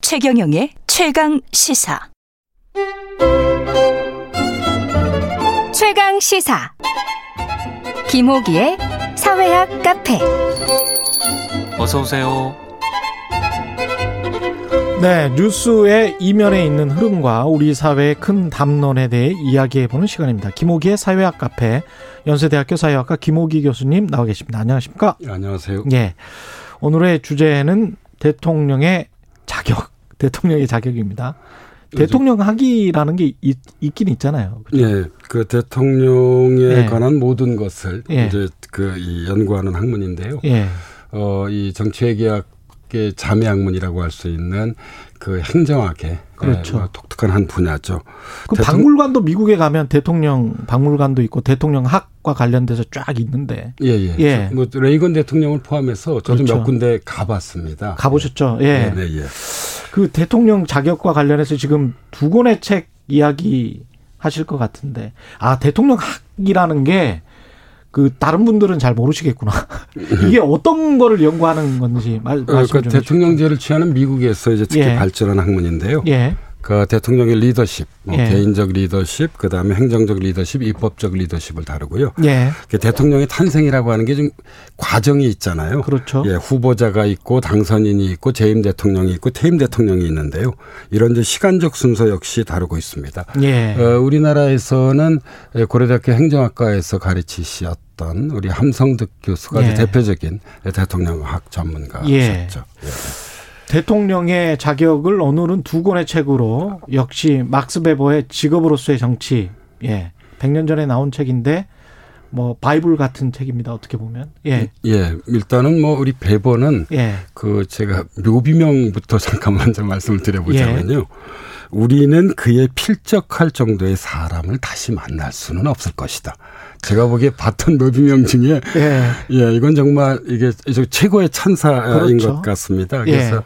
최경영의 최강 시사. 최강 시사 김호기의 사회학 카페 어서 오세요. 네, 뉴스의 이면에 있는 흐름과 우리 사회의 큰 담론에 대해 이야기해보는 시간입니다. 김호기의 사회학 카페, 연세대학교 사회학과 김호기 교수님 나와 계십니다. 안녕하십니까? 안녕하세요. 예. 오늘의 주제는 대통령의 자격, 대통령의 자격입니다. 요즘- 대통령 학위라는 게 있, 있긴 있잖아요. 그렇죠? 그죠? 예, 그 대통령에 예. 관한 모든 것을 예. 이제 그 이 연구하는 학문인데요. 예. 어, 이 정치외교학의 자매 학문이라고 할 수 있는 그 행정학의 그렇죠. 어, 독특한 한 분야죠. 그 대통령- 박물관도 미국에 가면 대통령 박물관도 있고 대통령 학과 관련돼서 쫙 있는데 예, 예. 예. 저- 뭐 레이건 대통령을 포함해서 저도 그렇죠. 몇 군데 가봤습니다. 가보셨죠? 예. 네, 네, 예. 그 대통령 자격과 관련해서 지금 두 권의 책 이야기 하실 것 같은데 아 대통령 학이라는 게 그 다른 분들은 잘 모르시겠구나 이게 어떤 거를 연구하는 건지 말, 어, 말씀 그 좀 해주세요. 대통령제를 취하는 미국에서 이제 특히 예. 발전한 학문인데요. 예, 그 대통령의 리더십, 뭐 예. 개인적 리더십, 그 다음에 행정적 리더십, 입법적 리더십을 다루고요. 예, 그 대통령의 탄생이라고 하는 게 좀 과정이 있잖아요. 그렇죠. 예, 후보자가 있고 당선인이 있고 재임 대통령이 있고 퇴임 대통령이 있는데요. 이런 이제 시간적 순서 역시 다루고 있습니다. 예, 어, 우리나라에서는 예, 고려대학교 행정학과에서 가르치시었던 우리 함성득 교수가 예. 이제 대표적인 대통령학 전문가셨죠. 대통령의 자격을 오늘은 두 권의 책으로 역시 막스 베버의 직업으로서의 정치 예, 100년 전에 나온 책인데 뭐 바이블 같은 책입니다 어떻게 보면 예, 예. 예, 일단은 뭐 우리 배보는 예, 그 제가 묘비명부터 잠깐만 좀 말씀을 드려보자면요. 우리는 그의 필적할 정도의 사람을 다시 만날 수는 없을 것이다. 제가 보기에 봤던 묘비명 중에 예, 예, 이건 정말 이게 이제 최고의 찬사인 그렇죠. 예. 것 같습니다. 그래서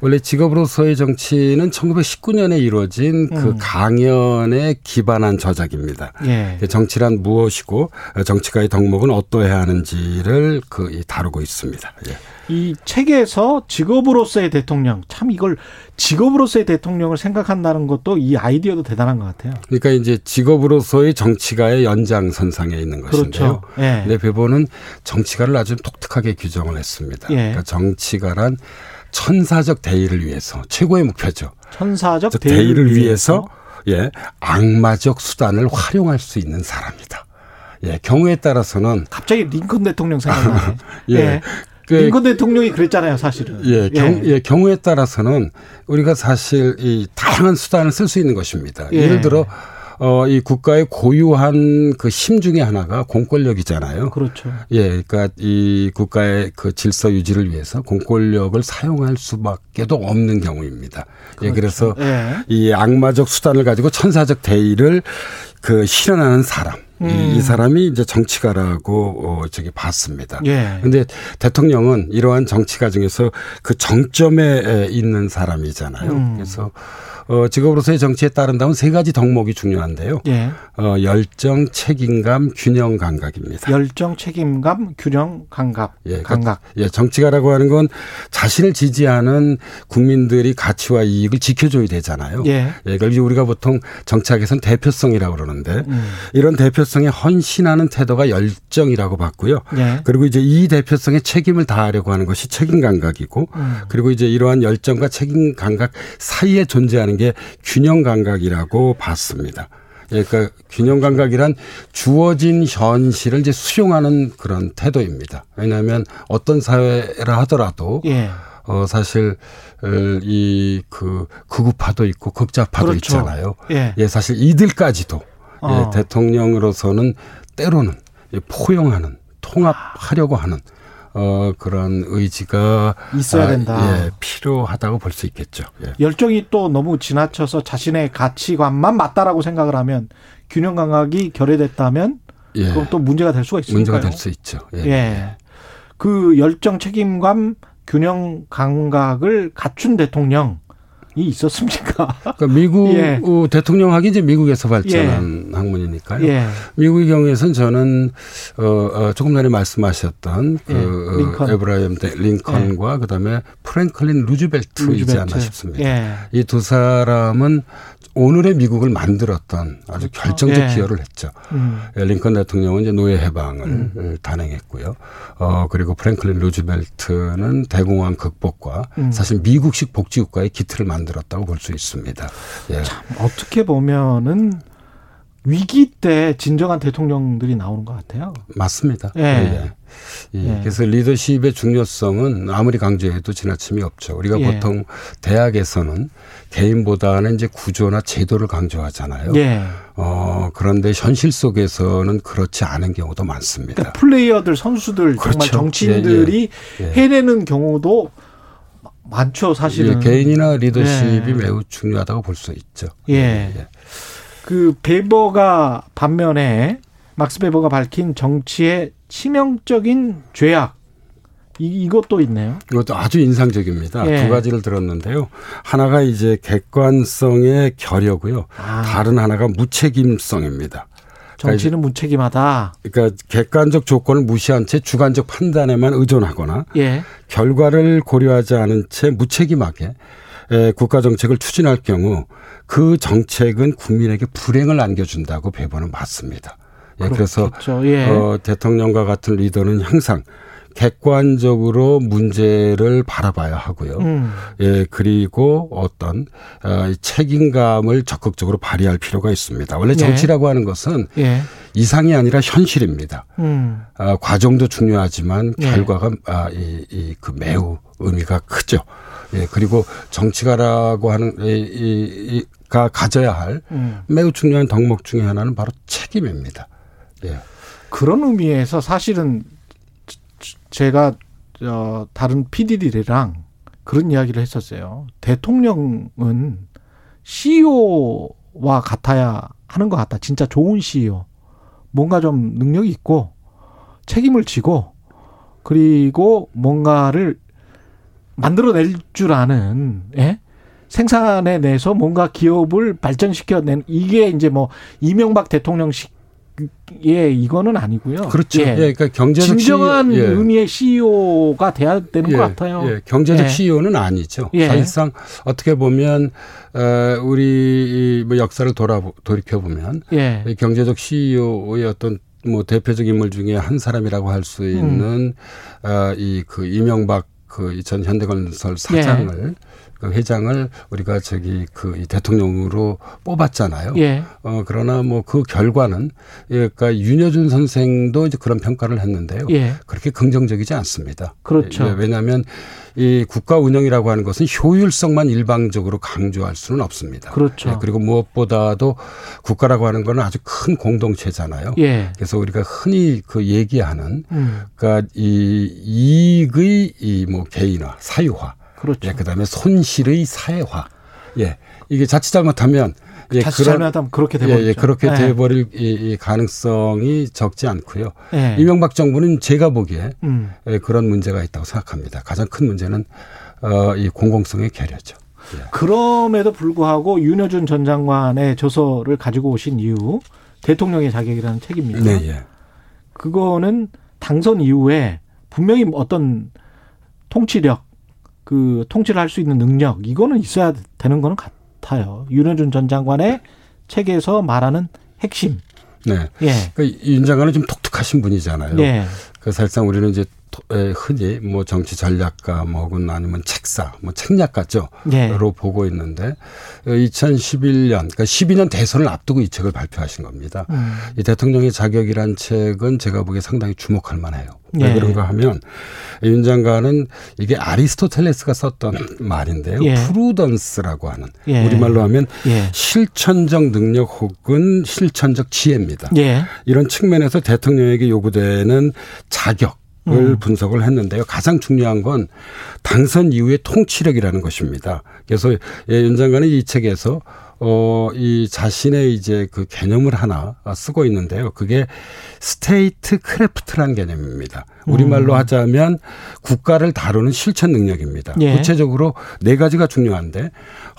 원래 직업으로서의 정치는 1919년에 이루어진 음. 그 강연에 기반한 저작입니다. 예. 정치란 무엇이고 어, 정치가의 덕목은 어떠해야 하는지를 그이 다루고 있습니다. 예. 이 책에서 직업으로서의 대통령 참 이걸 직업으로서의 대통령을 생각한다는 것도 이 아이디어도 대단한 것 같아요. 그러니까 이제 직업으로서의 정치가의 연장선상에 있는 것인데요. 그렇죠. 예. 근데 배보는 정치가를 아주 독특하게 규정을 했습니다. 예. 그러니까 정치가란 천사적 대의를 위해서 최고의 목표죠. 천사적 즉, 대의를 위해서 예 악마적 수단을 활용할 수 있는 사람이다. 예 경우에 따라서는 갑자기 링컨 대통령 생각나네. 예. 예. 그- 링컨 대통령이 그랬잖아요, 사실은. 예, 경, 예. 경우에 따라서는 우리가 사실 이 다양한 수단을 쓸 수 있는 것입니다. 예. 예를 들어 어, 이 국가의 고유한 그 힘 중에 하나가 공권력이잖아요. 그렇죠. 예, 그러니까 이 국가의 그 질서 유지를 위해서 공권력을 사용할 수밖에도 없는 경우입니다. 예, 그래서 예. 이 악마적 수단을 가지고 천사적 대의를 그 실현하는 사람. 음. 이, 이 사람이 이제 정치가라고 어 저기 봤습니다. 예. 근데 대통령은 이러한 정치가 중에서 그 정점에 에, 있는 사람이잖아요. 음. 그래서 어 직업으로서의 정치에 따른다면 세 가지 덕목이 중요한데요. 예. 어 열정, 책임감, 균형 감각입니다. 열정, 책임감, 균형, 감각. 예, 그러니까 감각. 예, 정치가라고 하는 건 자신을 지지하는 국민들이 가치와 이익을 지켜줘야 되잖아요. 예. 예, 그걸 이제 우리가 보통 정치학에서는 대표성이라고 그러는데 음. 이런 대표성에 헌신하는 태도가 열정이라고 봤고요. 예. 그리고 이제 이 대표성에 책임을 다하려고 하는 것이 책임 감각이고 그리고 이제 이러한 열정과 책임 감각 사이에 존재하는 게 균형 감각이라고 봤습니다. 예, 그러니까 균형 감각이란 주어진 현실을 이제 수용하는 그런 태도입니다. 왜냐하면 어떤 사회라 하더라도 예. 어 사실 어, 이 그 극우파도 있고 극좌파도 그렇죠. 있잖아요. 예. 예, 사실 이들까지도 어. 예, 대통령으로서는 때로는 예, 포용하는 통합하려고 하는 어 그런 의지가 있어야 된다. 예, 필요하다고 볼 수 있겠죠. 예. 열정이 또 너무 지나쳐서 자신의 가치관만 맞다라고 생각을 하면 균형 감각이 결여됐다면 예, 그건 또 문제가 될 수가 있으니까요. 문제가 될 수 있죠. 예. 그 열정 책임감 균형 감각을 갖춘 대통령 있었습니까? 그러니까 미국 예. 어, 대통령학이 이제 미국에서 발전한 학문이니까요. 예. 미국의 경우에선 저는 어, 어 조금 전에 말씀하셨던 예, 그 링컨. 예. 어, 에브라임 데- 링컨과 그다음에 프랭클린 루즈벨트이지 루즈벨트. 않나 싶습니다. 예. 이 두 사람은 오늘의 미국을 만들었던 아주 결정적 예. 기여를 했죠. 음. 예, 링컨 대통령은 이제 노예 해방을 음, 단행했고요. 어 그리고 프랭클린 루즈벨트는 대공황 극복과 음. 사실 미국식 복지국가의 기틀을 만들었다고 볼 수 있습니다. 예. 어떻게 보면은 위기 때 진정한 대통령들이 나오는 것 같아요. 맞습니다. 예. 예. 예. 그래서 리더십의 중요성은 아무리 강조해도 지나침이 없죠. 우리가 예. 보통 대학에서는 개인보다는 이제 구조나 제도를 강조하잖아요. 예. 어, 그런데 현실 속에서는 그렇지 않은 경우도 많습니다. 그러니까 플레이어들 선수들 정말 예. 그렇죠. 정치인들이 예, 예. 예. 해내는 경우도 마- 많죠 사실은. 예, 개인이나 리더십이 예. 매우 중요하다고 볼 수 있죠. 예. 그 베버가 반면에 막스 베버가 밝힌 정치의 치명적인 죄악 이, 이것도 있네요. 이것도 아주 인상적입니다. 예. 두 가지를 들었는데요. 하나가 이제 객관성의 결여고요. 아, 다른 하나가 무책임성입니다. 정치는 무책임하다. 그러니까 객관적 조건을 무시한 채 주관적 판단에만 의존하거나 예. 결과를 고려하지 않은 채 무책임하게 에, 국가 정책을 추진할 경우 그 정책은 국민에게 불행을 안겨준다고 배보는 맞습니다. 예, 그래서 그렇죠. 예. 어, 대통령과 같은 리더는 항상 객관적으로 문제를 바라봐야 하고요. 음. 예, 그리고 어떤 어, 이 책임감을 적극적으로 발휘할 필요가 있습니다. 원래 예. 정치라고 하는 것은 예. 이상이 아니라 현실입니다. 음. 아, 과정도 중요하지만 예. 결과가 아, 이, 이, 그 매우 의미가 크죠. 예, 그리고 정치가라고 하는 이, 이, 이, 가 가져야 할 음. 매우 중요한 덕목 중에 하나는 바로 책임입니다. 예. 그런 의미에서 사실은 제- 제가 어, 다른 PD들이랑 그런 이야기를 했었어요. 대통령은 CEO와 같아야 하는 것 같다. 진짜 좋은 CEO. 뭔가 좀 능력이 있고 책임을 지고 그리고 뭔가를 만들어낼 줄 아는 예? 생산에 내서 뭔가 기업을 발전시켜낸 이게 이제 뭐 이명박 대통령식 예 이거는 아니고요. 그렇죠. 예. 그러니까 경제적 진정한 CEO, 예. 의미의 CEO가 돼야 되는 예, 것 같아요. 예, 경제적 예. CEO는 아니죠. 예. 사실상 어떻게 보면 어, 우리 이뭐 역사를 돌아 돌이켜 보면 예. 이 경제적 CEO의 어떤 뭐 대표적 인물 중에 한 사람이라고 할 음. 수 있는 아~ 이그 이명박 그전 현대건설 네. 사장을 그 회장을 우리가 저기 그이 대통령으로 뽑았잖아요. 예. 어 그러나 뭐 그 결과는 예, 그러니까 윤여준 선생도 이제 그런 평가를 했는데요. 예. 그렇게 긍정적이지 않습니다. 그렇죠. 예, 왜냐하면 이 국가 운영이라고 하는 것은 효율성만 일방적으로 강조할 수는 없습니다. 그렇죠. 예, 그리고 무엇보다도 국가라고 하는 건 아주 큰 공동체잖아요. 예. 그래서 우리가 흔히 그 얘기하는 음. 그러니까 이 이익의 이 뭐 개인화, 사유화, 그렇죠. 예, 그다음에 손실의 사회화, 예, 이게 자칫 잘못하면 예, 자칫 그런- 잘못하면 그렇게 예, 돼버리죠. 예, 그렇게 예. 돼버릴 이, 이 가능성이 적지 않고요. 예. 이명박 정부는 제가 보기에 음. 예, 그런 문제가 있다고 생각합니다. 가장 큰 문제는 어, 이 공공성의 결여죠. 그럼에도 불구하고 윤여준 전 장관의 조서를 가지고 오신 이유 대통령의 자격이라는 책입니다. 예. 그거는 당선 이후에 분명히 어떤 통치력, 그 통치를 할 수 있는 능력 이거는 있어야 되는 거는 같아요. 윤여준 전 장관의 책에서 말하는 핵심. 네. 예. 그윤 장관은 좀 독특하신 분이잖아요. 예. 그 사실상 우리는 이제 토- 에, 흔히 뭐 정치 전략가 뭐 혹은 아니면 책사, 뭐 책략가죠. 예. 로 보고 있는데 어, 2011년, 그러니까 12년 대선을 앞두고 이 책을 발표하신 겁니다. 음. 이 대통령의 자격이란 책은 제가 보기에 상당히 주목할 만해요. 예. 왜 그런가 하면 윤 장관은 이게 아리스토텔레스가 썼던 말인데요. 예. 프루던스라고 하는 예. 우리말로 하면 예. 실천적 능력 혹은 실천적 지혜입니다. 예. 이런 측면에서 대통령에게 요구되는 자격 음. 분석을 했는데요. 가장 중요한 건 당선 이후의 통치력이라는 것입니다. 그래서 예, 윤 장관은 이 책에서 어, 이 자신의 이제 그 개념을 하나 쓰고 있는데요. 그게 스테이트 크래프트란 개념입니다. 우리말로 하자면 국가를 다루는 실천 능력입니다. 예. 구체적으로 네 가지가 중요한데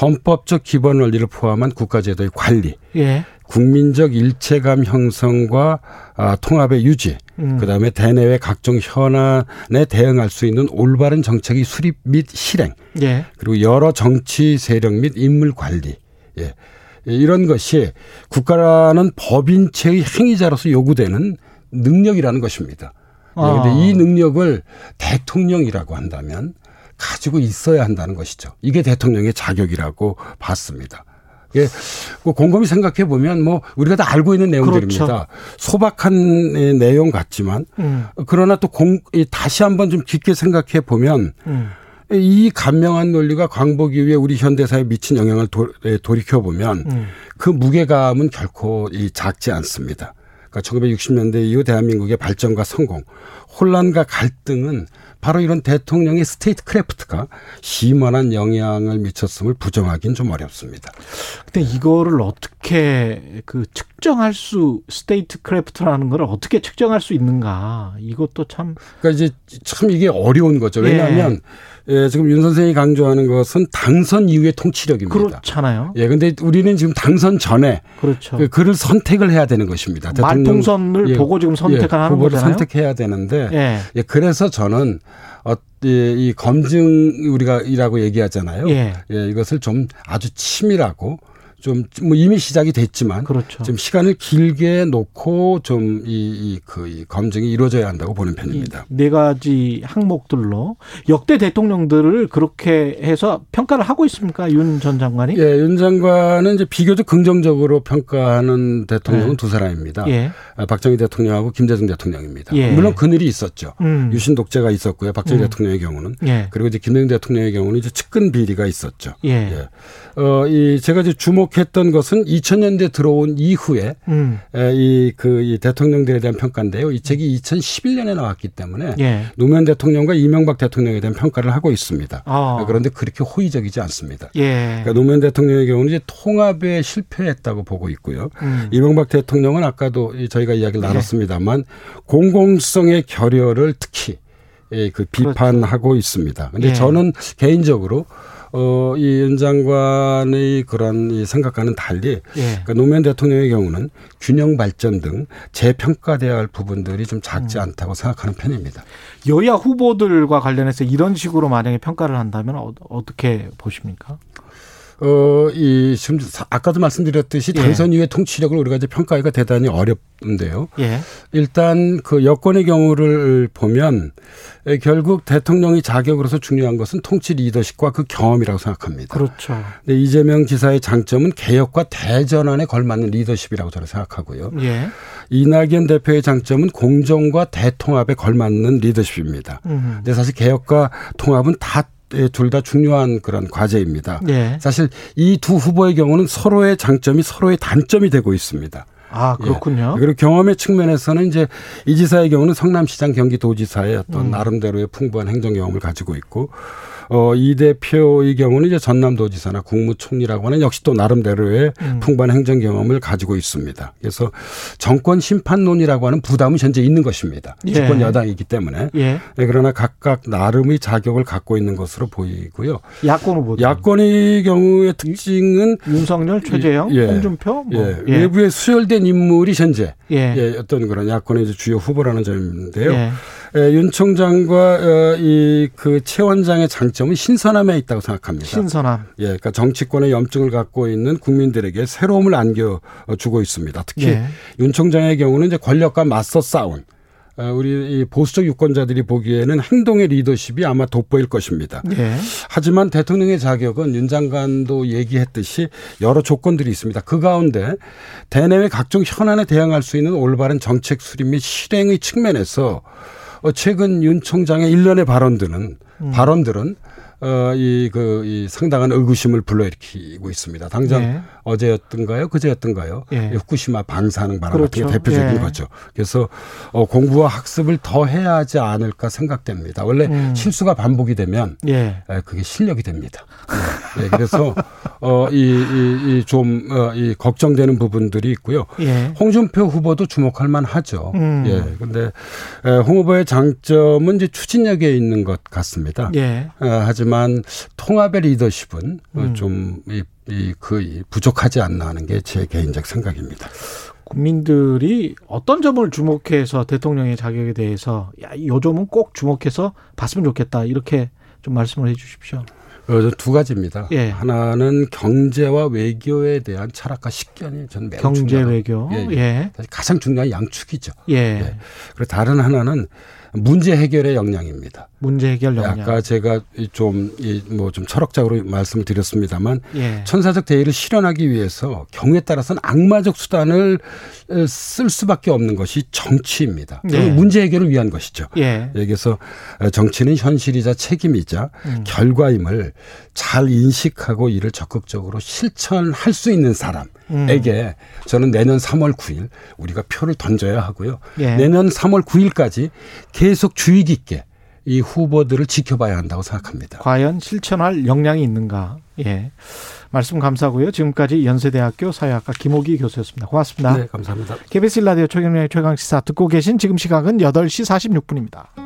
헌법적 기본 원리를 포함한 국가제도의 관리, 예. 국민적 일체감 형성과 아, 통합의 유지, 음. 그다음에 대내외 각종 현안에 대응할 수 있는 올바른 정책의 수립 및 실행, 예. 그리고 여러 정치 세력 및 인물 관리, 예. 이런 것이 국가라는 법인체의 행위자로서 요구되는 능력이라는 것입니다. 그런데 아. 이 능력을 대통령이라고 한다면 가지고 있어야 한다는 것이죠. 이게 대통령의 자격이라고 봤습니다. 예, 곰곰이 생각해 보면 뭐 우리가 다 알고 있는 내용들입니다. 그렇죠. 소박한 예, 내용 같지만 음. 그러나 또 공, 다시 한번 좀 깊게 생각해 보면 음. 이 간명한 논리가 광복 이후에 우리 현대사에 미친 영향을 도, 예, 리켜보면그 음. 무게감은 결코 이 작지 않습니다. 그러니까 1960년대 이후 대한민국의 발전과 성공, 혼란과 갈등은 바로 이런 대통령의 스테이트 크래프트가 심원한 영향을 미쳤음을 부정하기는 좀 어렵습니다. 근데 이거를 어떻게 그 측정할 수 스테이트 크래프트라는 걸 어떻게 측정할 수 있는가 이것도 참 그러니까 이제 참 이게 어려운 거죠. 왜냐하면 예. 예 지금 윤 선생이 강조하는 것은 당선 이후의 통치력입니다. 그렇죠. 그렇잖아요. 예, 근데 우리는 지금 당선 전에 그렇죠. 그 글을 선택을 해야 되는 것입니다. 말풍선을 예, 보고 지금 선택하는 예, 거잖아요. 선택해야 되는데 예. 예 그래서 저는 어, 이, 이 검증 우리가 이라고 얘기하잖아요. 예. 예. 이것을 좀 아주 치밀하고 좀 뭐 이미 시작이 됐지만 그렇죠. 좀 시간을 길게 놓고 좀 이 그 이 검증이 이루어져야 한다고 보는 편입니다. 네 가지 항목들로 역대 대통령들을 그렇게 해서 평가를 하고 있습니까, 윤 전 장관이? 예, 윤 장관은 이제 비교적 긍정적으로 평가하는 대통령은 예. 두 사람입니다. 예. 박정희 대통령하고 김대중 대통령입니다. 예. 물론 그늘이 있었죠. 음. 유신 독재가 있었고요. 박정희 음. 대통령의 경우는 예, 그리고 이제 김대중 대통령의 경우는 이제 측근 비리가 있었죠. 예. 어, 이 제가 이제 주목했던 것은 2000년대 들어온 이후에 음. 이그이 그, 이 대통령들에 대한 평가인데요. 이 책이 2011년에 나왔기 때문에 예. 노무현 대통령과 이명박 대통령에 대한 평가를 하고 있습니다. 아, 어. 그런데 그렇게 호의적이지 않습니다. 예. 그니까 노무현 대통령의 경우는 이제 통합에 실패했다고 보고 있고요. 음. 이명박 대통령은 아까도 저희가 이야기를 나눴습니다만 예. 공공성의 결여를 특히 그 비판하고 그렇죠. 있습니다. 근데 예. 저는 개인적으로 어, 이윤 장관의 그런 이 생각과는 달리 예. 그니까 노무현 대통령의 경우는 균형 발전 등 재평가돼야 할 부분들이 좀 작지 음. 않다고 생각하는 편입니다. 여야 후보들과 관련해서 이런 식으로 만약에 평가를 한다면 어, 어떻게 보십니까? 어, 이, 지금 아까도 말씀드렸듯이 당선 이후의 예. 통치력을 우리가 이제 평가하기가 대단히 어렵는데요. 예. 일단 그 여권의 경우를 보면 결국 대통령이 자격으로서 중요한 것은 통치 리더십과 그 경험이라고 생각합니다. 그렇죠. 근데 이재명 지사의 장점은 개혁과 대전환에 걸맞는 리더십이라고 저는 생각하고요. 예. 이낙연 대표의 장점은 공정과 대통합에 걸맞는 리더십입니다. 음. 근데 사실 개혁과 통합은 다 둘다 중요한 그런 과제입니다. 예. 네. 사실 이 두 후보의 경우는 서로의 장점이 서로의 단점이 되고 있습니다. 아 그렇군요. 예. 그리고 경험의 측면에서는 이제 이 지사의 경우는 성남시장, 경기도지사의 어떤 음. 나름대로의 풍부한 행정 경험을 가지고 있고 어이 대표의 경우는 이제 전남도지사나 국무총리라고 하는 역시 또 나름대로의 음. 풍부한 행정 경험을 가지고 있습니다. 그래서 정권 심판론이라고 하는 부담은 현재 있는 것입니다. 예. 집권 여당이기 때문에 예. 그러나 각각 나름의 자격을 갖고 있는 것으로 보이고요. 야권 후보 야권의 경우의 특징은 윤석열, 최재형, 예. 홍준표 뭐. 예. 외부에 수혈된 인물이 현재 예. 예, 어떤 그런 야권의 주요 후보라는 점인데요. 예. 예, 윤 총장과 어, 이그 최 원장의 장점은 신선함에 있다고 생각합니다. 신선함. 예, 그러니까 정치권의 염증을 갖고 있는 국민들에게 새로움을 안겨 어, 주고 있습니다. 특히 예. 윤 총장의 경우는 이제 권력과 맞서 싸운 어, 우리 보수적 유권자들이 보기에는 행동의 리더십이 아마 돋보일 것입니다. 예. 하지만 대통령의 자격은 윤 장관도 얘기했듯이 여러 조건들이 있습니다. 그 가운데 대내외 각종 현안에 대항할 수 있는 올바른 정책 수립 및 실행의 측면에서 어, 최근 윤 총장의 일련의 발언들은 음. 발언들은 어, 이, 그, 이 상당한 의구심을 불러일으키고 있습니다. 당장 예. 어제였던가요? 그제였던가요? 예. 이 후쿠시마 방사능 발언 그렇죠. 같은 게 대표적인 예. 거죠. 그래서 어, 공부와 학습을 더 해야 하지 않을까 생각됩니다. 원래 음. 실수가 반복이 되면 예. 에, 그게 실력이 됩니다. 예, 그래서 어, 어이이좀 어, 이 걱정되는 부분들이 있고요. 예. 홍준표 후보도 주목할 만하죠. 음. 예, 근데 에, 홍 후보의 장점은 이제 추진력에 있는 것 같습니다. 예. 어, 하지만 통합의 리더십은 음. 좀이그 부족하지 않나 하는 게 제 개인적 생각입니다. 국민들이 어떤 점을 주목해서 대통령의 자격에 대해서 야, 이 점은 꼭 주목해서 봤으면 좋겠다. 이렇게 좀 말씀을 해 주십시오. 어, 저두 가지입니다. 예. 하나는 경제와 외교에 대한 철학과 식견이 저는 매우 경제 중요하다고 외교. 예, 예. 예. 사실 가장 중요한 양축이죠. 예. 예. 그리고 다른 하나는 문제 해결의 역량입니다. 문제 해결 역량. 아까 제가 좀뭐좀 철학적으로 말씀을 드렸습니다만 예. 천사적 대의를 실현하기 위해서 경우에 따라서는 악마적 수단을 에, 쓸 수밖에 없는 것이 정치입니다. 네. 문제 해결을 위한 것이죠. 예. 여기서 정치는 현실이자 책임이자 음. 결과임을 잘 인식하고 이를 적극적으로 실천할 수 있는 사람에게 음. 저는 내년 3월 9일 우리가 표를 던져야 하고요. 예. 내년 3월 9일까지 계속 주의 깊게 이 후보들을 지켜봐야 한다고 생각합니다. 과연 실천할 역량이 있는가? 예. 말씀 감사하고요. 지금까지 연세대학교 사회학과 김호기 교수였습니다. 고맙습니다. 네, 감사합니다. KBS 라디오 최경영의 최강 시사 듣고 계신 지금 시각은 8시 46분입니다.